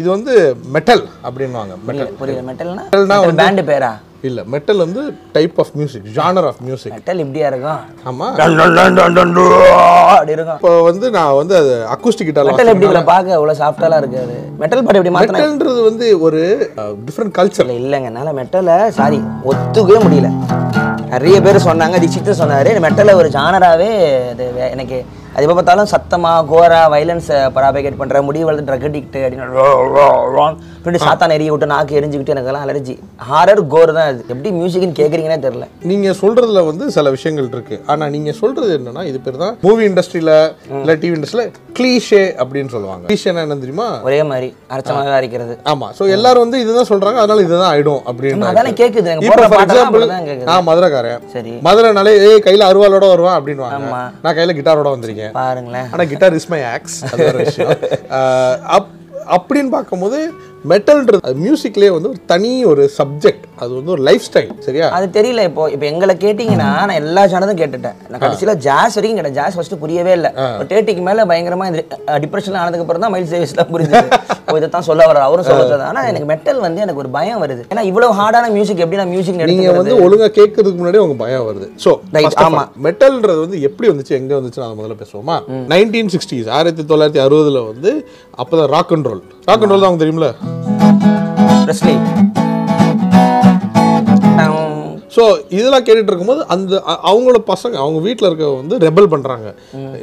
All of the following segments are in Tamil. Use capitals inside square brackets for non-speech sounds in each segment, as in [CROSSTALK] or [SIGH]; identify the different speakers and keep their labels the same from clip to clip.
Speaker 1: இது வந்து மெட்டல் அப்படின்வாங்க மெட்டல்
Speaker 2: புரியல மெட்டல்னா
Speaker 1: மெட்டல்னா வந்து-
Speaker 2: பேண்டு பேரா
Speaker 1: இல்ல மெட்டல் வந்து type of music genre of music
Speaker 2: metal இப்படியா இருக்கும்
Speaker 1: ஆமா
Speaker 2: டன் டன் டன் டன் டன் டன் அப்படி இருக்கும்
Speaker 1: இப்போ வந்து நான் வந்து அது அக்கூஸ்டிக்
Speaker 2: மெட்டல் எப்படி
Speaker 1: கிட்டார்
Speaker 2: இவ்வளோ பார்க்க இவ்வளோ சாஃப்டாலாம் இருக்காது மெட்டல் பாட்டு எப்படி மாற்றினா
Speaker 1: மெட்டல்ன்றது வந்து ஒரு டிஃப்ரெண்ட் கல்ச்சர்
Speaker 2: இல்லை இல்லைங்க என்னால் மெட்டலை சாரி ஒத்துக்கவே முடியல நிறைய பேர் சொன்னாங்க தீட்சித்து சொன்னார் மெட்டலை ஒரு ஜானராகவே அது வே- எனக்கு அது எப்போ பார்த்தாலும் சத்தமாக கோரா வைலன்ஸை ப்ராபகேட் பண்ணுற முடி வளர்ந்து ட்ரக் அடிக்ட் அப்படின்னு ரோ, ரோ, ரோன்னு இப்படி சாத்தான் எரிய விட்டு நாக்கு எரிஞ்சுக்கிட்டு எனக்கெல்லாம் அலர்ஜி ஹாரர் கோர் தான் அது எப்படி மியூசிக்னு கேட்குறீங்கன்னே தெரில
Speaker 1: நீங்க சொல்றதுல வந்து சில விஷயங்கள் இருக்கு ஆனா நீங்க சொல்றது என்னன்னா இது பேர் தான் மூவி இண்டஸ்ட்ரியில இல்ல டிவி இண்டஸ்ட்ரியில க்ளீஷே அப்படின்னு சொல்லுவாங்க க்ளீஷேனா என்ன தெரியுமா
Speaker 2: ஒரே மாதிரி அரைச்சமாக அரைக்கிறது
Speaker 1: ஆமா சோ எல்லாரும் வந்து இதுதான் சொல்றாங்க அதனால இதுதான் ஆயிடும்
Speaker 2: ஆமா,
Speaker 1: அப்படின்னு
Speaker 2: அதானே கேக்குது. எனக்கு
Speaker 1: இப்போ
Speaker 2: போடுற
Speaker 1: ஃபார்
Speaker 2: பாட்டெல்லாம்
Speaker 1: எக்ஸாம்பிள்
Speaker 2: அப்படிதான் கேக்குது.
Speaker 1: நான் மதுரைக்காரன்
Speaker 2: சரி
Speaker 1: மதுரைனாலே ஏய் கையில அருவாளோட வருவான் அப்படின்வாங்க
Speaker 2: ஆமா.
Speaker 1: நான் கையில கிட்டாரோட வந்திருக்கேன்
Speaker 2: பாருங்களேன்
Speaker 1: ஆனா கிட்டார் இஸ் மை ஆக்ஸ் அப் அப்படின்னு பார்க்கும்போது மெட்டல்ன்றது மியூசிக்லேயே வந்து ஒரு தனி ஒரு சப்ஜெக்ட் அது வந்து ஒரு லைஃப் ஸ்டைல் சரியா
Speaker 2: அது தெரியல இப்போ இப்போ எங்களை கேட்டிங்கன்னா நான் எல்லா சேனலும் கேட்டுட்டேன் நான் கடைசியில் ஜாஸ் வரைக்கும் கேட்டேன் ஜாஸ் ஃபர்ஸ்ட் புரியவே இல்லை டேட்டிக்கு மேலே பயங்கரமாக இந்த டிப்ரெஷனில் ஆனதுக்கு அப்புறம் தான் மைல் சேவிஸ்லாம் புரிஞ்சு இதை தான் சொல்ல வர்றாரு அவரும் சொல்ல ஆனால் எனக்கு மெட்டல் வந்து எனக்கு ஒரு பயம் வருது ஏன்னா இவ்வளோ ஹார்டான மியூசிக் எப்படி நான் மியூசிக்
Speaker 1: நீங்க வந்து
Speaker 2: எடுத்துக்கிறது
Speaker 1: ஒழுங்கா கேட்கறதுக்கு முன்னாடி உங்க பயம் வருது ஸோ
Speaker 2: Right, ஆமா.
Speaker 1: ஆமா மெட்டல்ன்றது வந்து எப்படி வந்துச்சு எங்க வந்துச்சு நான் முதல்ல பேசுவோமா நைன்டீன் சிக்ஸ்டீஸ் ஆயிரத்தி தொள்ளாயிரத்தி அறுபதுல வந்து அப்பதான் rock and roll rock and roll தான் உங்களுக்கு தெரியும்ல
Speaker 2: பிரஸ்லி
Speaker 1: ஸோ இதெல்லாம் கேட்டுட்டு இருக்கும்போது அந்த அ- அவங்களோட பசங்க அவங்க வீட்டில் இருக்க வந்து ரெபல் பண்ணுறாங்க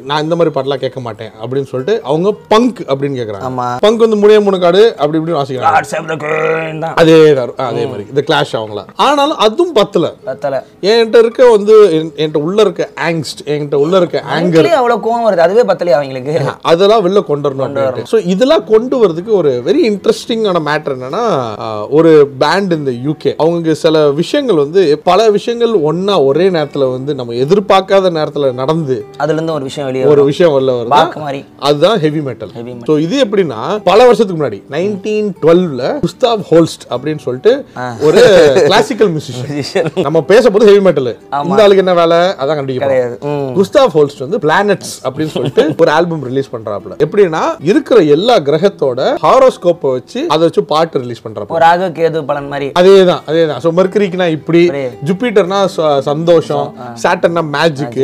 Speaker 1: நான் இந்த மாதிரி பாட்டெலாம் கேட்க மாட்டேன் அப்படின்னு சொல்லிட்டு அவங்க பங்க் அப்படின்னு கேட்குறாங்க
Speaker 2: ஆமா
Speaker 1: பங்க் வந்து முனைய முனக்காடு அப்படி இப்படின்னு வாசிக்கிறாங்க
Speaker 2: God save the queen தான்
Speaker 1: அதே தான் அதே மாதிரி இந்த கிளாஷ் அவங்கள ஆனாலும் அதுவும் பத்தல
Speaker 2: பத்தல
Speaker 1: என்கிட்ட இருக்க வந்து என்- என்கிட்ட உள்ள இருக்க ஆங்ஸ்ட் என்கிட்ட உள்ள இருக்க ஆங்கர்
Speaker 2: அங்கேயும் அவ்வளோ கோவம் வருது அதுவே பத்தலையா அவங்களுக்கு
Speaker 1: அதெல்லாம் வெளில கொண்டு வரணும் ஸோ இதெல்லாம் கொண்டு வரதுக்கு ஒரு வெரி இன்ட்ரெஸ்டிங்கான மேட்டர் என்னன்னா ஆஹ், ஒரு பேண்ட் இந்த யூகே அவங்க சில விஷயங்கள் வந்து பல விஷயங்கள் ஒண்ணா ஒரே நேரத்துல வந்து நம்ம எதிர்பார்க்காத நேரத்துல நடந்து
Speaker 2: அதுலேருந்து ஒரு விஷயம் வெளியே
Speaker 1: ஒரு விஷயம் வெளில வருது
Speaker 2: பாக்கு மாதிரி
Speaker 1: அதுதான் ஹெவி மெட்டல்
Speaker 2: Heavy
Speaker 1: ஸோ இது எப்படின்னா பல வருஷத்துக்கு முன்னாடி நைன்டீன் டுவெல்ல குஸ்தாவ் ஹோல்ஸ்ட் அப்படின்னு சொல்லிட்டு ஒரு கிளாசிக்கல்
Speaker 2: [LAUGHS]
Speaker 1: மியூசிஷியன் நம்ம பேச போது ஹெவி மெட்டல் இந்த ஆளுக்கு என்ன வேலை அதான் கண்டுபிடிக்க
Speaker 2: கிடையாது ம்
Speaker 1: குஸ்தாவ் ஹோல்ஸ்ட் வந்து பிளானட்ஸ் அப்படின்னு சொல்லிட்டு ஒரு ஆல்பம் ரிலீஸ் பண்றாப்புல எப்படின்னா இருக்கிற எல்லா கிரகத்தோட ஹாரோஸ்கோப்பை வச்சு அதை வச்சு பாட்டு ரிலீஸ் பண்றாப்புல
Speaker 2: ஒரு ராக கேது பலன் மாதிரி
Speaker 1: அதேதான் அதேதான் ஸோ மர்க்கரிக்குனா இப்படி ஜூபிட்டர்னா ச- சந்தோஷம் சாட்டர்னா மேஜிக்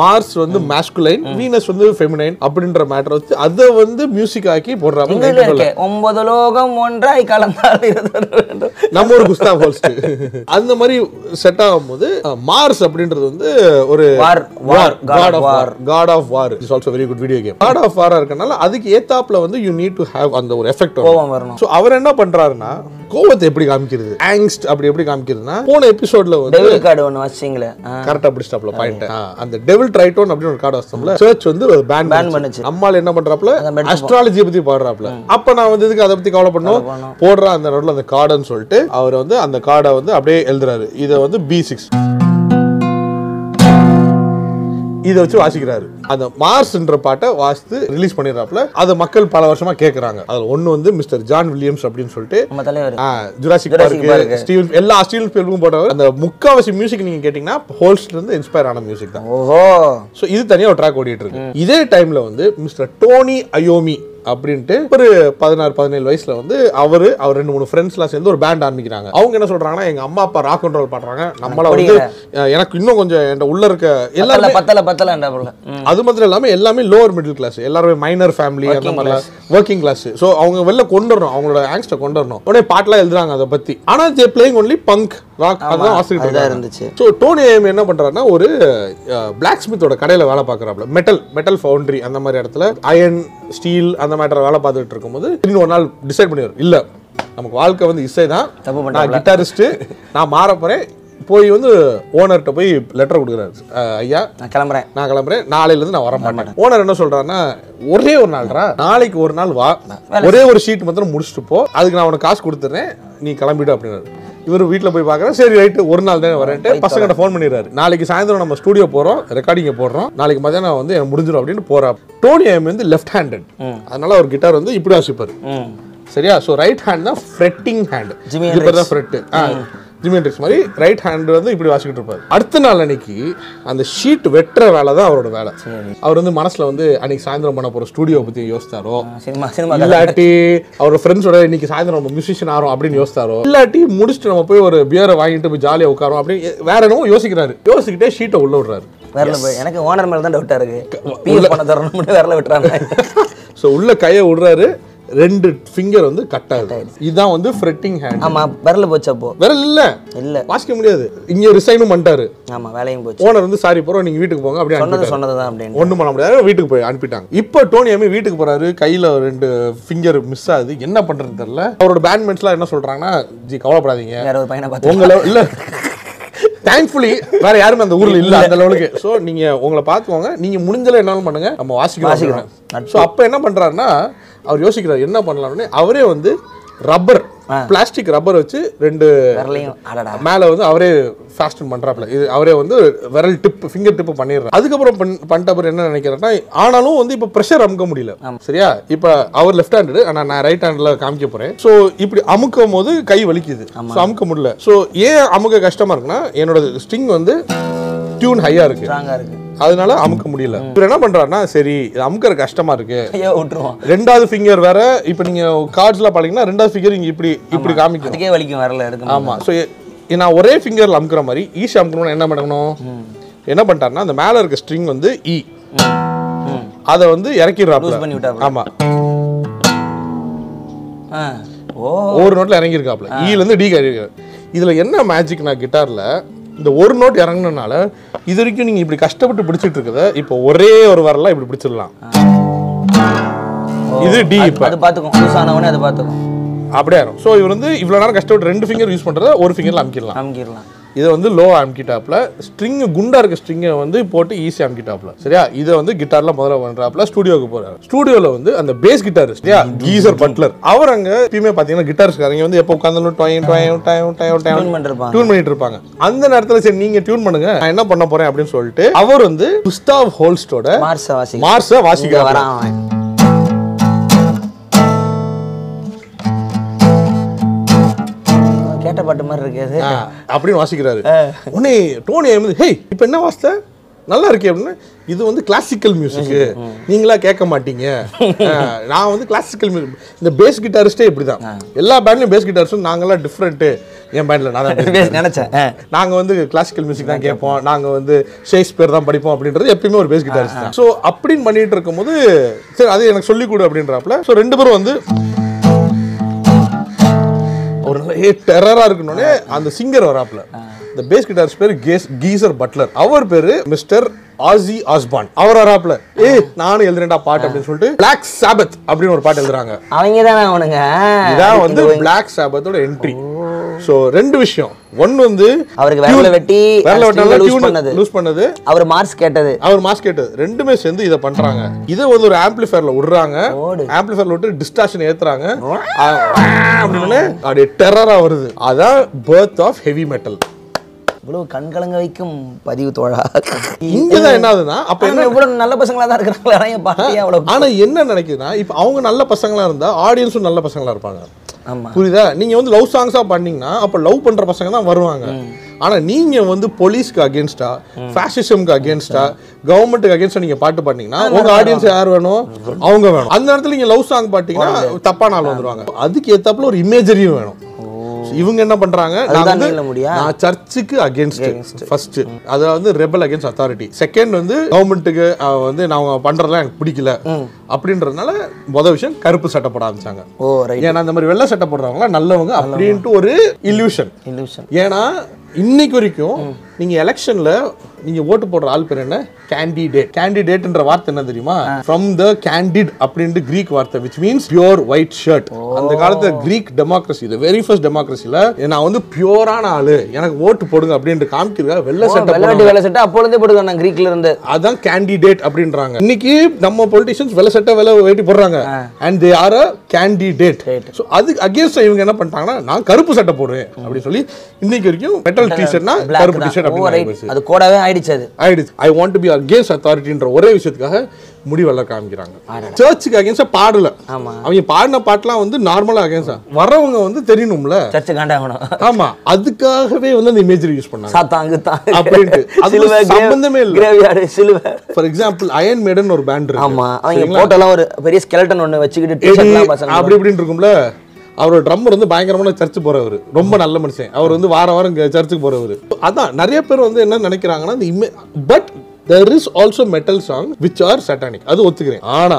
Speaker 1: மார்ஸ் வந்து மேஸ்குலைன் வீனஸ் வந்து ஃபெமினைன் அப்படின்ற மேட்டர் வச்சு அதை வந்து மியூசிக் ஆக்கி போடுறாங்க
Speaker 2: இங்கிலீஷ்ல இருக்கே ஒன்பது லோகம் ஒன்றாய் கலந்தால் இருதல் வேண்டும்.
Speaker 1: நம்ம ஒரு குஸ்தாவ் ஹோல்ஸ்ட் அந்த மாதிரி செட் ஆகும்போது அஹ், மார்ஸ் அப்படின்றது வந்து ஒரு
Speaker 2: War, war,
Speaker 1: war
Speaker 2: god
Speaker 1: god
Speaker 2: of
Speaker 1: of war god of war is also very good video game god of war இருக்கனால அதுக்கு ஏத்தாப்ல வந்து you need to have அந்த ஒரு எஃபெக்ட் வரும்
Speaker 2: கோபம் வரணும்
Speaker 1: சோ அவர் என்ன பண்றாருன்னா கோவத்தை எப்படி காமிக்கிறது ஆங்ஸ்ட் அப்படி எப்படி காமிக்கிறதுனா போன எபிசோட்ல வந்து
Speaker 2: டெவில் கார்டு ஒன்று வச்சிங்களே
Speaker 1: கரெக்டா பிடிச்சாப்ல பாயிண்ட் அந்த டெவில் ட்ரைட்டோன் அப்படின்னு ஒரு கார்டு வச்சோம்ல சர்ச் வந்து ஒரு பேன்
Speaker 2: Ban பண்ணுச்சு.
Speaker 1: அம்மாள் என்ன பண்றாப்ல
Speaker 2: medicine.
Speaker 1: அஸ்ட்ராலஜியை பத்தி பாடுறாப்ல அப்ப நான் வந்து இதுக்கு அதை பத்தி கவலை பண்ணும் போடுற அந்த நடுவில் அந்த கார்டுன்னு சொல்லிட்டு அவர் வந்து அந்த கார்டை வந்து அப்படியே எழுதுறாரு இதை வந்து பி சிக்ஸ் இதை வச்சு வாசிக்கிறாரு அந்த மார்ஸ்ன்ற பாட்டை வாசித்து ரிலீஸ் பண்ணிடுறாப்ல அதை மக்கள் பல வருஷமா கேட்கறாங்க அதுல ஒண்ணு வந்து மிஸ்டர் ஜான் வில்லியம்ஸ் அப்படின்னு சொல்லிட்டு
Speaker 2: நம்ம தலைவர்
Speaker 1: Jurassic
Speaker 2: Jurassic Park.
Speaker 1: Park Steven எல்லா ஸ்டீவன் ஸ்பீல்பர்க்கும் போட்டவர் அந்த முக்காவாசி மியூசிக் நீங்க கேட்டிங்கன்னா ஹோல்ஸ்ல இருந்து இன்ஸ்பயர் ஆன மியூசிக் தான்
Speaker 2: ஓஹோ
Speaker 1: ஸோ இது தனியா ஒரு ட்ராக் ஓடிட்டு இருக்கு இதே டைம்ல வந்து மிஸ்டர் டோனி அயோமி அப்படின்ட்டு ஒரு பதினாறு பதினேழு வயசுல வந்து அவரு அவர் ரெண்டு மூணு ஃப்ரெண்ட்ஸ்லாம் சேர்ந்து ஒரு பேண்ட் ஆரம்பிக்கிறாங்க அவங்க என்ன சொல்றாங்கன்னா எங்க அம்மா அப்பா ராக் அண்ட் ரோல் பாடுறாங்க நம்மள வந்து அஹ், எனக்கு இன்னும் கொஞ்சம் என்கிட்ட உள்ள இருக்க எல்லாருமே
Speaker 2: பத்தல பத்தல பத்தலண்டா போல ம்.
Speaker 1: அது மாத்திரம் இல்லாம எல்லாமே லோவர் மிடில் கிளாஸ் எல்லாருமே மைனர் ஃபேமிலி அந்த மாதிரி ஒர்க்கிங் கிளாஸ் ஸோ அவங்க வெளில கொண்டு வரணும் அவங்களோட ஆங்ஸ்ட கொண்டு வரணும் உடனே பாட்டெல்லாம் எழுதுறாங்க அதை பத்தி ஆனா they playing only punk rock அதான் ஆசிரியர்
Speaker 2: அதுதான் இருந்துச்சு
Speaker 1: ஸோ டோனி AM என்ன பண்றாருன்னா ஒரு பிளாக் ஸ்மித்தோட கடையில வேலை பார்க்குறாப்புல மெட்டல் மெட்டல் ஃபவுண்டரி அந்த மாதிரி இடத்துல அயன் ஸ்டீல் அந்த மாதிரி வேலை பார்த்துட்டு இருக்கும்போது இன்னும் ஒரு நாள் டிசைட் பண்ணிடுவார் இல்ல நமக்கு வாழ்க்கை வந்து இசை தான்
Speaker 2: தப்பு
Speaker 1: நான்
Speaker 2: பண்ணிட்டாப்ல
Speaker 1: கிட்டாரிஸ்ட் நான் மாற போறேன் போய் வந்து ஓனர்கிட்ட போய் லெட்டர் கொடுக்குறாரு அஹ், ஐயா
Speaker 2: நான் கிளம்புறேன்
Speaker 1: நான் கிளம்புறேன் நாளையில இருந்து நான் வர மாட்டேன் ஓனர் என்ன சொல்றாருன்னா ஒரே ஒரு நாள்டா நாளைக்கு ஒரு நாள் வா ஒரே ஒரு ஷீட் மட்டும் முடிச்சுட்டு போ அதுக்கு நான் உனக்கு காசு கொடுத்துறேன் நீ கிளம்பிடு அப்படின்னு இவர் வீட்டில் போய் பார்க்குறேன் சரி ரைட்டு ஒரு நாள் தான் வரேன்ட்டு பசங்கிட்ட ஃபோன் பண்ணிடுறாரு நாளைக்கு சாயந்தரம் நம்ம ஸ்டூடியோ போகிறோம் ரெக்கார்டிங்க போடுறோம் நாளைக்கு மத்தியானம் வந்து எனக்கு முடிஞ்சிடும் அப்படின்னு போறா டோனி ஐம் வந்து லெஃப்ட் ஹேண்டட் அதனால அவர் கிட்டார் வந்து இப்படி வாசிப்பார்
Speaker 2: ம்
Speaker 1: சரியா ஸோ ரைட் ஹேண்ட் தான் ஃப்ரெட்டிங் ஹேண்ட்
Speaker 2: Jimi
Speaker 1: இது பேர் தான் ஃப்ரெட்டு ஜிமெட்ரிக்ஸ் மாதிரி ரைட் ஹேண்ட் வந்து இப்படி வாசிக்கிட்டு இருப்பாரு அடுத்த நாள் அன்னைக்கு அந்த ஷீட் வெட்டுற வேலை தான் அவரோட வேலை அவர் வந்து மனசுல வந்து அன்னைக்கு சாயந்தரம் பண்ண போற ஸ்டுடியோ பத்தி யோசித்தாரோ
Speaker 2: சினிமா சினிமா
Speaker 1: இல்லாட்டி அவர் ஃப்ரெண்ட்ஸோட இன்னைக்கு சாயந்தரம் நம்ம மியூசிஷியன் ஆறோம் அப்படின்னு யோசித்தாரோ இல்லாட்டி முடிச்சுட்டு நம்ம போய் ஒரு பியரை வாங்கிட்டு போய் ஜாலியா உட்காரோம் அப்படின்னு வேற என்னவோ யோசிக்கிறாரு யோசிக்கிட்டே ஷீட்டை உள்ள விடுறாரு
Speaker 2: விரல போய் எனக்கு ஓனர் மேல தான் டவுட்டா இருக்கு பிஎஃப் பண்ண தரணும்னு விரல விட்டுறாங்க
Speaker 1: ஸோ உள்ள கையை விடுறாரு ரெண்டு ஃபிங்கர் வந்து கட் ஆகுது இதுதான் வந்து ஃப்ரெட்டிங் ஹேண்ட்
Speaker 2: ஆமா விரல போச்சு அப்போ
Speaker 1: விரல் இல்ல
Speaker 2: இல்ல
Speaker 1: வாசிக்க முடியாது இங்க ரிசைனும் பண்ணிட்டாரு
Speaker 2: ஆமா வேலையும் போச்சு
Speaker 1: ஓனர் வந்து சாரி போறோம் நீங்க வீட்டுக்கு போங்க அப்படியே
Speaker 2: சொன்னது
Speaker 1: அனுப்பிட்டாரு
Speaker 2: சொன்னதுதான் அப்படின்னு
Speaker 1: ஒண்ணும் பண்ண முடியாது வீட்டுக்கு போய் அனுப்பிட்டாங்க இப்போ டோனி அம்மி வீட்டுக்கு போறாரு கையில ஒரு ரெண்டு ஃபிங்கர் மிஸ் ஆகுது என்ன பண்றதுன்னு தெரியல அவரோட பேட்மெண்ட்ஸ்லாம் என்ன சொல்றாங்கன்னா ஜி கவலைப்படாதீங்க
Speaker 2: வேற ஒரு பையனை பார்த்து
Speaker 1: உங்களை இல்ல தேங்க்ஃபுல்லி வேற யாருமே அந்த ஊர்ல இல்ல அந்த லெவலுக்கு சோ நீங்க உங்களை பாத்துக்கோங்க நீங்க முடிஞ்சல என்னாலும் பண்ணுங்க நம்ம வாசிக்கிறோம்
Speaker 2: வாசிக்கிறோம்.
Speaker 1: ஸோ அப்போ என்ன பண்றாருன்னா அவர் யோசிக்கிறார் என்ன பண்ணலாம்னு அவரே வந்து ரப்பர் பிளாஸ்டிக் ரப்பர் வச்சு ரெண்டு
Speaker 2: விரலையும் அடடா
Speaker 1: மேல வந்து அவரே ஃபேஸ்டன் பண்றாப்ல இது அவரே வந்து விரல் டிப் ஃபிங்கர் டிப் பண்ணிடுறாரு அதுக்கப்புறம் பண்- பண்ணிட்ட அப்புறம் என்ன நினைக்கிறேன்னா ஆனாலும் வந்து இப்போ ப்ரெஷர் அமுக்க முடியல சரியா இப்போ அவர் லெஃப்ட் ஹேண்டடு ஆனால் நான் ரைட் ஹேண்டில் காமிக்க போறேன் ஸோ இப்படி அமுக்கும் போது கை வலிக்குது ஸோ அமுக்க முடியல ஸோ ஏன் அமுக்க கஷ்டமா இருக்குன்னா என்னோட ஸ்ட்ரிங் வந்து டியூன் ஹையா இருக்கு
Speaker 2: ஸ்ட்ராங்கா இருக்கு
Speaker 1: அதனால அமுக்க முடியல இவர் என்ன பண்றாருன்னா சரி இது அமுக்கிற கஷ்டமா இருக்கு
Speaker 2: ஐயோ விட்டுருவோம்
Speaker 1: ரெண்டாவது ஃபிங்கர் வேற இப்போ நீங்க கார்ட்ஸ்லாம் பாத்தீங்கன்னா ரெண்டாவது ஃபிங்கர் இங்க இப்படி இப்படி காமிக்கும்
Speaker 2: அதுக்கே வலிக்கும் விரல எடுக்கணும்
Speaker 1: ஆமா ஸோ நான் ஒரே ஃபிங்கரில் அமுக்குற மாதிரி ஈஷா அமுக்கணும்னா என்ன பண்ணணும் என்ன பண்ணிட்டாருன்னா அந்த மேலே இருக்க ஸ்ட்ரிங் வந்து இ
Speaker 2: ம்.
Speaker 1: அதை வந்து இறக்கிடுறாப்ல
Speaker 2: பண்ணி விட்டாப்புல.
Speaker 1: ஆமா
Speaker 2: ஆ. ஓ
Speaker 1: ஒரு நோட்டில் இறங்கியிருக்காப்ல ஈல இருந்து டி இறங்கிருக்காரு இதுல என்ன மேஜிக்னா கிட்டார்ல இந்த ஒரு நோட் இறங்குனனால இது வரைக்கும் நீங்க இப்படி கஷ்டப்பட்டு பிடிச்சிட்டு இருக்கிறத இப்போ ஒரே ஒரு வரலாம் இப்படி பிடிச்சிடலாம் இது டி
Speaker 2: அது-
Speaker 1: இப்போ
Speaker 2: அது பாத்துக்கும் லூஸ் ஆனவனே அது பாத்துக்கும்
Speaker 1: அப்படியே ஆயிரும் ஸோ இவர் வந்து இவ்வளோ நேரம் கஷ்டப்பட்டு ரெண்டு ஃபிங்கர் யூஸ் பண்றத ஒரு ஃபிங்கரில் அமுக்கிடலாம்
Speaker 2: அமுக்கிடலாம்
Speaker 1: இதை வந்து லோ அமுக்கிட்டாப்ல ஸ்ட்ரிங் குண்டா இருக்க ஸ்ட்ரிங்கை வந்து போட்டு ஈஸியாக அமுக்கிட்டாப்ல சரியா இதை வந்து கிட்டார்ல முதல்ல பண்றாப்ல ஸ்டுடியோக்கு போறாரு ஸ்டுடியோல வந்து அந்த பேஸ் கிட்டார் சரியா கீசர் பட்லர் அவர் அங்க எப்பயுமே பாத்தீங்கன்னா கிட்டார்ஸ்காரங்க வந்து எப்போ உட்காந்தாலும் டொயம் டொயம் டொயம் டொயம்
Speaker 2: ட்யூன்
Speaker 1: டொயம்
Speaker 2: பண்ணிருப்பான்
Speaker 1: டியூன் பண்ணிட்டு இருப்பாங்க அந்த நேரத்துல சரி நீங்க டியூன் பண்ணுங்க நான் என்ன பண்ண போறேன் அப்படின்னு சொல்லிட்டு அவர் வந்து குஸ்தாவ் ஹோல்ஸ்டோட
Speaker 2: மார்ஸ் வாசி
Speaker 1: மார்ஸை
Speaker 2: இங்க
Speaker 1: வாசிக்கிறார்
Speaker 2: வரான் அவன் கேட்ட பாட்டு மாதிரி இருக்கு அது
Speaker 1: ஆ, அப்படின்னு வாசிக்கிறாரு உடனே டோனி வந்து ஹேய் இப்போ என்ன வாசித்த நல்லா இருக்கே அப்படின்னு இது வந்து கிளாசிக்கல் மியூசிக்கு நீங்களா கேட்க மாட்டீங்க ஆ, நான் வந்து கிளாசிக்கல் மியூசிக் இந்த பேஸ் கிட்டாரிஸ்டே இப்படி தான் எல்லா பேண்ட்லையும் பேஸ் கிட்டாரிஸ்டும் நாங்களாம் டிஃப்ரெண்ட்டு என் பேண்டில் நான் தான்
Speaker 2: பேச- நினைச்சேன் ஆ.
Speaker 1: நாங்கள் வந்து கிளாசிக்கல் மியூசிக் தான் கேட்போம் நாங்கள் வந்து ஷேக்ஸ்பியர் தான் படிப்போம் அப்படின்றது எப்பயுமே ஒரு பேஸ் கிட்டாரிஸ்ட் தான் ஸோ அப்படின்னு பண்ணிட்டு இருக்கும்போது சரி அது எனக்கு சொல்லிக் கொடு அப்படின்றாப்புல ஸோ ரெண்டு பேரும் வந்து ஒரு நல்ல டெரரா இருக்கணும்னே அந்த சிங்கர் வராப்ல இந்த பேஸ் கிட்டார்ஸ் பேர் கேஸ் கீசர் பட்லர் அவர் பேரு மிஸ்டர் ஆசி ஆஸ்பான் அவர் வராப்ல ஏ நானும் எழுதுறேன்டா பாட்டு அப்படின்னு சொல்லிட்டு Black Sabbath அப்படின்னு ஒரு பாட்டு எழுதுறாங்க
Speaker 2: அவங்க தானே அவனுங்க
Speaker 1: இதான் வந்து Black Sabbath ஓட என்ட்ரி சோ ரெண்டு விஷயம் ஒன்னு வந்து
Speaker 2: அவருக்கு விரல வெட்டி
Speaker 1: வேற
Speaker 2: string-அ loose
Speaker 1: பண்ணது
Speaker 2: பண்ணது
Speaker 1: லூஸ் பண்ணது
Speaker 2: அவர் மார்க்ஸ் கேட்டது
Speaker 1: அவர் மாஸ் கேட்டது ரெண்டுமே சேர்ந்து இதை பண்றாங்க இதை வந்து ஒரு ஆம்பிளிஃபயர்ல விடுறாங்க
Speaker 2: ஓடு.
Speaker 1: ஆம்பிளிஃபயர்ல விட்டு டிஸ்டார்ஷன் ஏத்துறாங்க ஆ, அப்படின்னு அப்படியே டெரரா வருது அதான் பர்த் ஆஃப் ஹெவி மெட்டல்
Speaker 2: இவ்வளவு கண்கலங்க வைக்கும் பதிவு தோழா
Speaker 1: இங்கதான் என்ன ஆகுதுன்னா அப்ப என்ன
Speaker 2: ஆனா இவ்வளவு நல்ல பசங்களா தான் இருக்கிறாங்களா ஆனா என் பாட்டியே அவ்வளவு
Speaker 1: ஆனா என்ன நினைக்குதுன்னா இப்ப அவங்க நல்ல பசங்களா இருந்தா ஆடியன்ஸும் நல்ல பசங்களா இருப்பாங்க
Speaker 2: ஆமா
Speaker 1: புரியுதா நீங்க வந்து லவ் சாங்ஸா பண்ணீங்கன்னா அப்ப லவ் பண்ற பசங்க தான் வருவாங்க ஆனா நீங்க வந்து போலீஸ்க்கு அகேன்ஸ்டா ஃபேஷிசம்க்கு அகேன்ஸ்டா கவர்மெண்ட்டுக்கு அகேன்ஸ்டா நீங்க பாட்டு பாட்டீங்கன்னா உங்க ஆடியன்ஸ் யார் வேணும் அவங்க வேணும் அந்த நேரத்துல நீங்க லவ் சாங் பாட்டீங்கன்னா தப்பான ஆள் வந்துருவாங்க அதுக்கு ஏத்தாப்புல ஒரு இமேஜரியும் வேணும் இவங்க என்ன பண்றாங்க நான்
Speaker 2: அதுதான்
Speaker 1: வந்து
Speaker 2: நீங்கள முடியா
Speaker 1: நான் சர்ச்சுக்கு அகேன்ஸ்ட் ஃபர்ஸ்ட் அதாவது வந்து ரெபல் அகேன்ஸ்ட் அத்தாரிட்டி செகண்ட் வந்து கவர்மெண்ட்டுக்கு வந்து நான் பண்றதெல்லாம் எனக்கு பிடிக்கல அப்படின்றதுனால முத விஷயம் கருப்பு சட்டை போட ஆரம்பிச்சாங்க
Speaker 2: ஓ ரைட்
Speaker 1: ஏன்னா அந்த மாதிரி வெள்ளை சட்டை போடுறவங்களாம் நல்லவங்க அப்படின்ட்டு ஒரு இல்யூஷன்
Speaker 2: இல்லூஷன்
Speaker 1: ஏன்னா இன்னைக்கு வரைக்கும் நீங்க எலெக்ஷன்ல நீங்க ஓட்டு போடுற ஆள் பேர் என்ன கேண்டிடேட் கேண்டிடேட்ன்ற வார்த்தை என்ன தெரியுமா ஃப்ரம் த கேண்டிட் அப்படின்ட்டு கிரீக் வார்த்தை which means pure white shirt அந்த காலத்துல கிரீக் டெமோக்ரஸி இது வெரி ஃபர்ஸ்ட் டெமோக்ரஸில நான் வந்து பியோரான ஆளு எனக்கு ஓட்டு போடுங்க அப்படின்ட்டு காமிக்கிறதா வெள்ளை சட்டை போடுறவங்க
Speaker 2: வெள்ளாட்டு வேலை செட்டு அப்போல இருந்தே போடுங்க நான் கிரீக்ல இருந்து
Speaker 1: அதான் கேண்டிடேட் அப்படின்றாங்க இன்னைக்கு நம்ம பொலிட்டிஷியன்ஸ் வெள்ள சட்டை வெள்ள வேட்டி போடுறாங்க and they are a candidate so அதுக்கு அகேன்ஸ்ட் இவங்க என்ன பண்ணிட்டாங்கன்னா நான் கருப்பு சட்டை போடுறேன் அப்படின்னு சொல்லி இன்னைக்கு வரைக்கும் மெட்டல் டிஷர்ட்னா
Speaker 2: Black
Speaker 1: கருப்பு
Speaker 2: தான்.
Speaker 1: டிஷர்ட் ரைட்
Speaker 2: Oh, ஓவர்
Speaker 1: அப்படின்னு
Speaker 2: ரைட் அது கூடவே ஆயிடுச்சு அது
Speaker 1: ஆயிடுச்சு I want to be against அத்தாரிட்டின்ற ஒரே விஷயத்துக்காக முடி வளர காமிக்கிறாங்க சர்ச்சுக்கு அகேன்ஸ்டாக பாடல
Speaker 2: ஆமா.
Speaker 1: அவங்க பாடின பாட்டுலாம் வந்து நார்மலாக அகேன்ஸ்டா வரவங்க வந்து தெரியணும்ல
Speaker 2: சர்ச்சு காண்டாகணும்
Speaker 1: ஆமா அதுக்காகவே வந்து அந்த இமேஜரி யூஸ் பண்ணாங்க
Speaker 2: சாத்தாங்கு தாங்க
Speaker 1: அப்படின்ட்டு. அது ஒரு சம்பந்தமே இல்ல.
Speaker 2: கிரேவியாடு சிலுவை
Speaker 1: ஃபார் எக்ஸாம்பிள் அயன் மேடன் ஒரு பேண்ட் இருக்கு
Speaker 2: ஆமா அவங்க போட்டோலாம் ஒரு பெரிய ஸ்கெலட்டன் ஒண்ணு வச்சுக்கிட்டு
Speaker 1: எடி,
Speaker 2: டிஷர்ட்லாம் பசங்க
Speaker 1: அப்படி இப்படின்னு இருக்கும்ல அவரோட ட்ரம்மர் வந்து பயங்கரமான சர்ச்சு போறவர் ரொம்ப நல்ல மனுஷன் அவர் வந்து வார வாரம் இங்க சர்ச்சுக்கு போறவர் அதான் நிறைய பேர் வந்து என்ன நினைக்கிறாங்கன்னா இந்த இமே but there is also metal song which are satanic அது ஒத்துக்கிறேன் ஆனா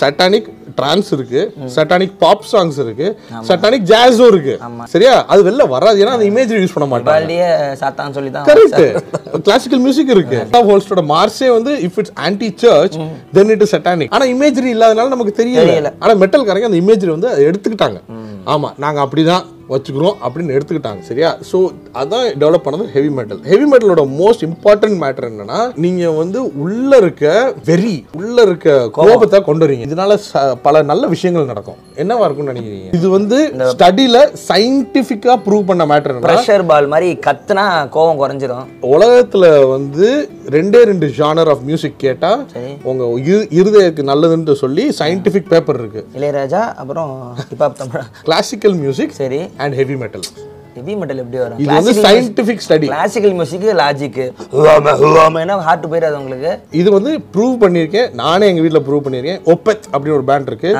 Speaker 1: சட்டானிக் ட்ரான்ஸ் இருக்கு சட்டானிக் பாப் சாங்ஸ் இருக்கு சட்டானிக் ஜாஸும் இருக்கு சரியா அது வெளில வராது ஏன்னா அந்த இமேஜ் யூஸ் பண்ண மாட்டாங்க
Speaker 2: பால்டியே சாத்தான்னு சொல்லி தான்
Speaker 1: கரெக்ட் கிளாசிக்கல் மியூசிக் இருக்கு ஹோல்ஸ்டோட மார்ஸே வந்து if it's anti church then it is satanic ஆனா இமேஜரி இல்லாதனால நமக்கு தெரியல
Speaker 2: தெரியல.
Speaker 1: ஆனா மெட்டல் காரங்க அந்த இமேஜரி வந்து அதை எடுத்துக்கிட்டாங்க ஆமா நாங்க அப்படிதான் வச்சுக்கிறோம் அப்படின்னு எடுத்துக்கிட்டாங்க சரியா ஸோ அதான் டெவலப் பண்ணது ஹெவி மெட்டல் ஹெவி மெட்டலோட மோஸ்ட் இம்பார்ட்டன்ட் மேட்டர் என்னன்னா நீங்க வந்து உள்ள இருக்க வெறி உள்ள இருக்க கோபத்தை கொண்டு வரீங்க இதனால ச- பல நல்ல விஷயங்கள் நடக்கும் என்னவா இருக்கும்னு நினைக்கிறீங்க இது வந்து ஸ்டடியில சயின்டிஃபிக்கா ப்ரூவ் பண்ண மேட்டர்
Speaker 2: ப்ரெஷர் பால் மாதிரி கத்துனா கோவம் குறைஞ்சிரும்
Speaker 1: உலகத்துல வந்து ரெண்டே ரெண்டு ஜானர் ஆஃப் மியூசிக் கேட்டா
Speaker 2: சரி.
Speaker 1: உங்க இரு- இருதயத்துக்கு நல்லதுன்னு சொல்லி சயின்டிபிக் பேப்பர் இருக்கு
Speaker 2: இளையராஜா அப்புறம் ஹிப்ஹாப் தமிழா
Speaker 1: கிளாசிக்கல் மியூசிக்
Speaker 2: சரி
Speaker 1: and heavy metal
Speaker 2: heavy metal எப்படி வரும்
Speaker 1: இது வந்து சயின்டிபிக் ஸ்டடி
Speaker 2: கிளாசிக்கல் மியூசிக்கு லாஜிக்கு ஹுவாம ஹுவாமேனா ஹார்ட் போயிடாது உங்களுக்கு
Speaker 1: இது வந்து ப்ரூவ் பண்ணியிருக்கேன் நானே எங்க வீட்ல ப்ரூவ் பண்ணியிருக்கேன் ஒப்பத் அப்படின்னு ஒரு பேண்ட் இருக்கு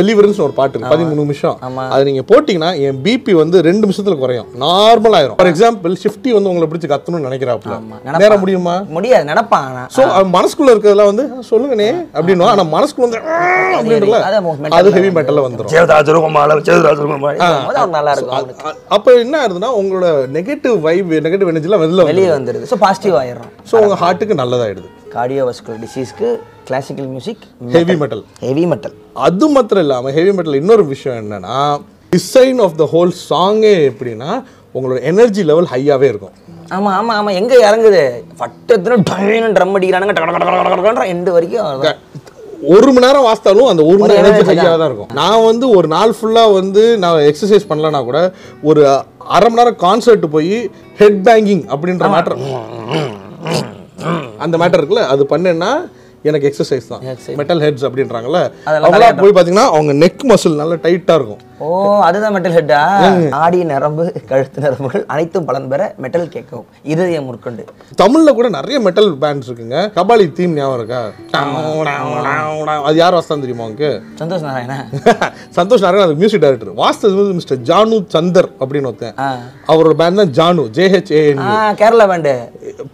Speaker 1: டெலிவரன்ஸ் ஒரு பாட்டு இருக்கு பதிமூணு நிமிஷம் அது நீங்க போட்டிங்கன்னா என் பிபி வந்து ரெண்டு நிமிஷத்துல குறையும் நார்மல் ஆயிரும் ஃபார் எக்ஸாம்பிள் ஷிஃப்டி வந்து உங்களை பிடிச்சி கத்தணும்னு நினைக்கிறாப்புல
Speaker 2: நினைப்பா.
Speaker 1: நேரம் முடியுமா
Speaker 2: முடியாது நினைப்பான் ஆனா.
Speaker 1: ஸோ மனசுக்குள்ள இருக்கிறதுலாம் வந்து சொல்லுங்கண்ணே அப்படின்னும் ஆனா மனசுக்குள்ள வந்து "ஆ" அப்படின்றதுல
Speaker 2: அது mental
Speaker 1: அது ஹெவி மெட்டல்ல வந்துடும்
Speaker 3: சேதுராஜருமமால சேதுராஜருமமால
Speaker 2: இருக்கும்போது அவனுக்கு நல்லா இருக்கும் அவனுக்கு.
Speaker 1: அப்போ என்ன ஆகுதுன்னா உங்களோட நெகட்டிவ் வைப் நெகட்டிவ் எனர்ஜிலாம் வெளில
Speaker 2: வெளியே
Speaker 1: வந்து
Speaker 2: வந்துடுது ஸோ பாசிட்டிவ் ஆயிடும்
Speaker 1: ஸோ உங்க ஹார்ட்டுக்கு நல்லதாயிடுது
Speaker 2: கார்டியோவாஸ்குலர் டிசீஸ்க்கு classical music
Speaker 1: heavy metal
Speaker 2: heavy metal
Speaker 1: அது மாத்திரம் இல்லாம ஹெவி மெட்டல் இன்னொரு விஷயம் என்னன்னா டிசைன் ஆஃப் த ஹோல் சாங்கே எப்படின்னா உங்களோட எனர்ஜி லெவல் ஹையாவே இருக்கும்
Speaker 2: ஆமா ஆமா ஆமா எங்க இறங்குது பட்டத்துல டைன்னு ட்ரம் அடிக்கிறானுங்க டக டக டக டக டகன்ற எண்டு வரைக்கும் வருது.
Speaker 1: ஒரு மணி நேரம் வாஸ்தாலும் அந்த ஒரு மணி நேரம் எனர்ஜி
Speaker 2: energy
Speaker 1: ஹையாக தான் இருக்கும் நான் வந்து ஒரு நாள் ஃபுல்லாக வந்து நான் எக்ஸசைஸ் பண்ணலனா கூட ஒரு அரை மணி நேரம் கான்சர்ட் போய் ஹெட் பேங்கிங் அப்படின்ற மேட்டர் அந்த மேட்டர் இருக்குல்ல அது பண்ணேன்னா எனக்கு எக்ஸசைஸ் தான் மெட்டல் ஹெட்ஸ் அப்படின்றாங்கல்ல அவங்களாம் போய் பார்த்தீங்கன்னா அவங்க நெக் மசில் நல்லா டைட்டாக இருக்கும்
Speaker 2: ஓ அதுதான் மெட்டல் ஹெட்டா ஆடி நரம்பு கழுத்து நரம்புகள் அனைத்தும் பலன் பெற மெட்டல் கேட்கவும் இருதயம் முற்கொண்டு
Speaker 1: தமிழ்ல கூட நிறைய மெட்டல் பேண்ட்ஸ் இருக்குங்க கபாலி தீம் ஞாபகம் இருக்கா டாவ் டாவ் டாவ் டாவ். அது யார் வாஸ்தான் தெரியுமா உங்களுக்கு
Speaker 2: சந்தோஷ் நாராயணா
Speaker 1: [LAUGHS] சந்தோஷ் நாராயண் அது மியூசிக் டைரக்டர் வாஸ்தது வந்து மிஸ்டர் ஜானு சந்தர் அப்படின்னு ஒருத்தன் அவரோட பேண்ட் தான் ஜானு ஜேஹெச்ஏஎன்
Speaker 2: ஆ கேரளா பேண்டு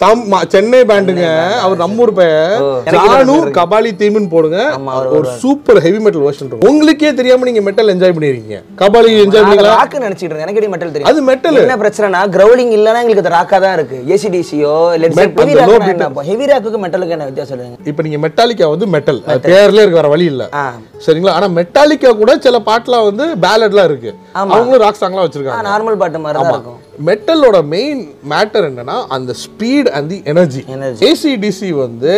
Speaker 1: தம் ம- சென்னை பேண்டுங்க அவர் நம்ம ஊர் பெயர் ஜானு கபாலி தீம்னு போடுங்க ஒரு சூப்பர் ஹெவி மெட்டல் வெர்ஷன் இருக்கும் உங்களுக்கே தெரியாம நீங்க மெட்டல் என்ஜாய் பண்ணிருக்கீங்க கபாலி என்ஜாய்
Speaker 2: நான்
Speaker 1: பண்ணீங்களா
Speaker 2: ராக்கு நினைச்சிட்டு இருந்தேன் எனக்கு எப்படி மெட்டல் தெரியும்
Speaker 1: அது metal.
Speaker 2: என்ன பிரச்சனைனா கிரௌலிங் இல்லனா எங்களுக்கு அது ராக்கா தான் இருக்கு ஏசிடிசியோ
Speaker 1: Met- அந்த low beat.
Speaker 2: லெட் ஹெவி ராக்குக்கு மெட்டலுக்கு என்ன வித்தியாசம் சொல்லுங்க
Speaker 1: இப்போ நீங்க மெட்டாலிக்கா வந்து மெட்டல் அது பேர்லயே இருக்க வேற வழி இல்ல
Speaker 2: ஆ.
Speaker 1: சரிங்களா ஆனா மெட்டாலிக்கா கூட சில பாட்டுலாம் வந்து பேலட்லாம் இருக்கு அவங்களும் ராக் சாங்லாம்
Speaker 2: ஆ
Speaker 1: வச்சிருக்காங்க
Speaker 2: நார்மல் பாட்டு மாதிரி தான் இருக்கும்
Speaker 1: மெட்டலோட மெயின் மேட்டர் என்னன்னா அந்த speed and the energy
Speaker 2: Energy.
Speaker 1: AC DC வந்து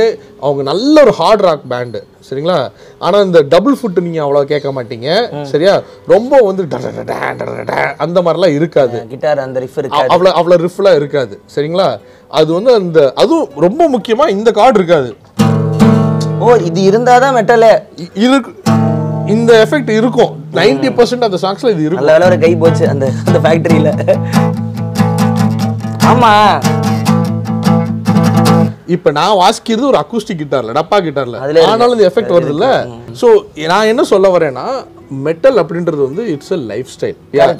Speaker 1: அவங்க நல்ல ஒரு ஹார்ட் ராக் பேண்டு சரிங்களா ஆனா இந்த டபுள் ஃபுட் நீங்க அவ்வளவு கேட்க மாட்டீங்க சரியா ரொம்ப வந்து ட- ட- ட- ட- ட- ட- அந்த மாதிரிலாம் இருக்காது
Speaker 2: கிட்டார் அந்த ரிஃப் இருக்கு
Speaker 1: அவ்- அவ்வளோ அவ்வளோ ரிஃப்லாம் இருக்காது சரிங்களா அது வந்து அந்த அதுவும் ரொம்ப முக்கியமா இந்த கார்டு இருக்காது
Speaker 2: ஓ இது இருந்தாதான் மெட்டலு
Speaker 1: இ- இருக்கு இந்த எஃபெக்ட் இருக்கும் நைன்டி பர்சன்ட் அந்த சாங்ஸ்ல இது இருக்கும்
Speaker 2: நல்ல வேலை ஒரு கை போச்சு அந்த அந்த ஃபேக்டரியில ஆமா
Speaker 1: இப்போ நான் வாசிக்கிறது ஒரு அக்கூஸ்டிக் கிட்டார்ல டப்பா கிட்டார்ல
Speaker 2: அதுல இருக்கு.
Speaker 1: ஆனாலும் இந்த எஃபெக்ட் வருதுல்ல ஸோ நான் என்ன சொல்ல வரேன்னா மெட்டல் அப்படின்றது வந்து இட்ஸ் அ லைஃப் ஸ்டைல்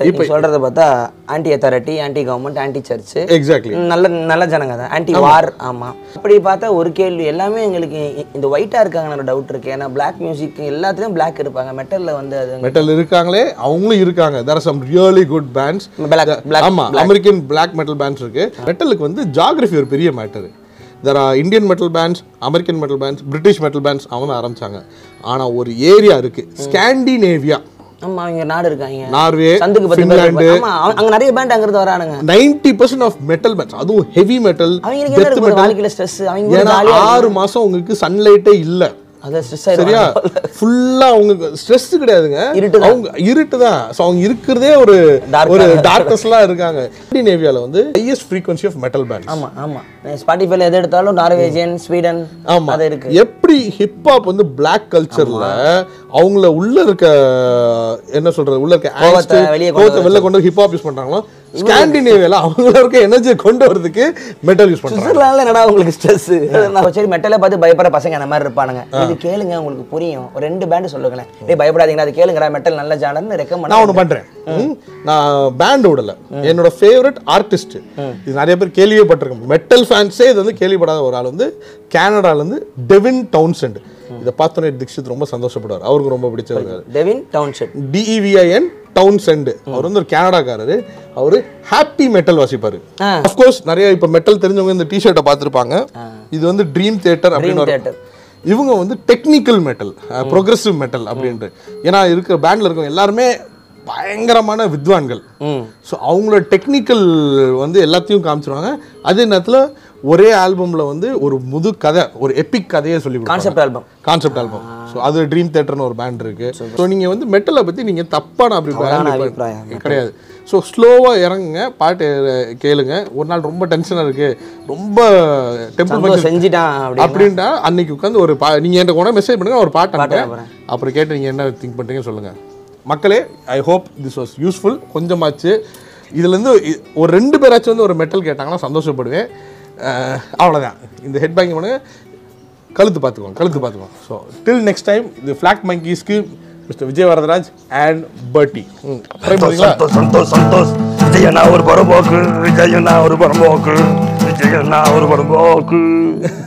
Speaker 2: இப்போ சொல்றத பார்த்தா anti authority anti government anti church
Speaker 1: exactly
Speaker 2: நல்ல நல்ல ஜனங்க தான் ஆன்டி வார் ஆமா அப்படி பார்த்தா ஒரு கேள்வி எல்லாமே எங்களுக்கு இ- இந்த ஒயிட்டா இருக்காங்கன்னு டவுட் இருக்கு ஏன்னா பிளாக் மியூசிக் எல்லாத்துலயும் பிளாக் இருப்பாங்க மெட்டல்ல வந்து அது
Speaker 1: மெட்டல் இருக்காங்களே அவங்களும் இருக்காங்க there some really good bands
Speaker 2: Black- black-
Speaker 1: ஆமா அமெரிக்கன் பிளாக் மெட்டல் பேண்ட்ஸ் இருக்கு மெட்டலுக்கு வந்து ஜாகிரபி ஒரு பெரிய matter there are Indian metal bands American metal bands British metal bands அவங்க தான் ஆரம்பிச்சாங்க ஆனா ஒரு ஏரியா இருக்கு ஸ்காண்டினேவியா
Speaker 2: ஆமா அவங்க நாடு இருக்காங்க
Speaker 1: நார்வே
Speaker 2: சந்துக்கு பத்து பேர்
Speaker 1: ஃபின்லாண்டு
Speaker 2: இருப்பாங்க. ஆமா அவங்க- அங்க நிறைய பேண்ட் அங்கிருந்து வரானுங்க
Speaker 1: ninety percent of metal bands அதுவும் ஹெவி மெட்டல்
Speaker 2: அவங்களுக்கு என்ன
Speaker 1: டெத்
Speaker 2: இருக்கும்
Speaker 1: மெட்டல்
Speaker 2: வாழ்க்கையில ஸ்ட்ரெஸ் அவங்க
Speaker 1: ஏன்னா ஆறு மாசம் உங்களுக்கு சன்லைட்டே இல்ல
Speaker 2: அது ஸ்ட்ரெஸ் ஆயிடும்
Speaker 1: சரியா
Speaker 2: [LAUGHS]
Speaker 1: ஃபுல்லா அவங்க ஸ்ட்ரெஸ் கிடையாதுங்க
Speaker 2: இருட்டுதான்.
Speaker 1: அவங்க இருட்டு தான் ஸோ அவங்க இருக்கிறதே ஒரு
Speaker 2: Dark-ஆ
Speaker 1: ஒரு டார்க்னஸ்லாம் இருக்காங்க ஸ்காண்டினேவியால வந்து highest frequency of metal bands
Speaker 2: ஆமா ஆமா ஸ்பாட்டிஃபைல எது எடுத்தாலும் நார்வேஜியன் ஸ்வீடன்
Speaker 1: ஆமா
Speaker 2: அது இருக்கு
Speaker 1: எப்படி ஹிப்ஹாப் வந்து பிளாக் கல்ச்சர்ல அவங்கள உள்ள இருக்க என்ன சொல்றது உள்ள இருக்க
Speaker 2: கோவத்தை
Speaker 1: angst,
Speaker 2: வெளிய கொண்டு
Speaker 1: கோவத்தை வெளில கொண்டு ஹிப்ஹாப் யூஸ் பண்றாங்களோ ஸ்காண்டினேவியால அவங்கள இருக்க எனர்ஜியை கொண்டு வரதுக்கு மெட்டல் யூஸ் பண்றாங்க
Speaker 2: சுவிட்சர்லாந்துல என்னடா உங்களுக்கு ஸ்ட்ரெஸ் சரி மெட்டலை பார்த்து பயப்படுற பசங்க அந்த மாதிரி இருப்பானுங்க இது கேளுங்க உங்களுக்கு புரியும் ஒரு ரெண்டு பேண்ட் சொல்லுங்களேன் டேய் பயப்படாதீங்க அது கேளுங்கடா மெட்டல் நல்ல ஜானர்னு ரெக்கமெண்ட்
Speaker 1: நான் ஒன்று பண்ணுறேன் நான் பேண்ட் விடல என்னோட ஃபேவரட் ஆர்டிஸ்ட் இது நிறைய பேர் கேள்விப்பட்டிருக்கோம் மெட்டல் ஃபேன்ஸே இது வந்து கேள்விப்படாத ஒரு ஆள் வந்து கேனடாலேருந்து டெவின் டவுன்சென்ட் இதை பார்த்தோன்னே தீக்ஷித் ரொம்ப சந்தோஷப்படுவார் அவருக்கு ரொம்ப பிடிச்சவர்
Speaker 2: டெவின் டவுன்ஷிப்
Speaker 1: E டிஇவிஐஎன் டவுன்சென்ட் அவர் வந்து ஒரு கனடாக்காரரு அவர் ஹாப்பி மெட்டல் வாசிப்பார்
Speaker 2: ஆ.
Speaker 1: கோர்ஸ் நிறைய இப்போ மெட்டல் தெரிஞ்சவங்க இந்த டிஷர்ட்டை பார்த்துருப்பாங்க இது வந்து ட்ரீம் தியேட்டர் அப்படின்னு ஒரு-
Speaker 2: theater.
Speaker 1: இவங்க வந்து டெக்னிக்கல் மெட்டல் ப்ரோக்ரெசிவ் மெட்டல் அப்படின்ட்டு ஏன்னா இருக்கிற பேண்டில் இருக்கவங்க எல்லாருமே பயங்கரமான வித்வான்கள் ஸோ அவங்களோட டெக்னிக்கல் வந்து எல்லாத்தையும் காமிச்சிருவாங்க அதே நேரத்தில் ஒரே ஆல்பமில் வந்து ஒரு முது கதை ஒரு எப்பிக் கதையை சொல்லி கொடுப்பாங்க.
Speaker 2: Concept album
Speaker 1: concept album so அது ட்ரீம் தேட்டர்னு ஒரு பேண்ட் இருக்கு ஸோ நீங்கள் வந்து மெட்டலை பற்றி நீங்கள் தப்பான
Speaker 2: தவறான
Speaker 1: அபிப்பிராயம்
Speaker 2: அபிப்பிராயம்.
Speaker 1: இப்ப கிடையாது ஸோ ஸ்லோவாக இறங்குங்க பாட்டு அஹ், கேளுங்க ஒரு நாள் ரொம்ப டென்ஷனாக இருக்கு ரொம்ப டெம்பிள்
Speaker 2: சந்தோஷம் செஞ்சிட்டான் அப்படி
Speaker 1: அப்படின்ட்டா அன்னைக்கு உட்காந்து ஒரு பா நீங்கள் என்கிட்ட கூட மெசேஜ் பண்ணுங்க நான் ஒரு பாட்டு அனுப்புறேன் அப்புறம் கேட்டு நீங்கள் என்ன திங்க் பண்ணுறீங்கன்னு சொல்லுங்க மக்களே I hope this was useful கொஞ்சமாச்சு இதுலேருந்து ஒரு ரெண்டு பேராச்சும் வந்து ஒரு மெட்டல் கேட்டாங்கன்னா சந்தோஷப்படுவேன் அஹ், அவ்வளவுதான் இந்த ஹெட் பேங்கிங் பண்ணுங்க கழுத்து பார்த்துக்கோங்க கழுத்து பார்த்துக்கோங்க ஸோ டில் நெக்ஸ்ட் டைம் இது ஃப்ளாக் மங்கீஸ்க்கு மிஸ்டர் விஜய் வரதராஜ் அண்ட் பர்ட்டி ம் ட்ரை பண்ணுறீங்களா
Speaker 3: சந்தோஷ் சந்தோஷ் சந்தோஷ் விஜயண்ணா ஒரு பரம்போக்கு விஜயண்ணா ஒரு பரம்போக்கு விஜயண்ணா ஒரு பரம்போக்கு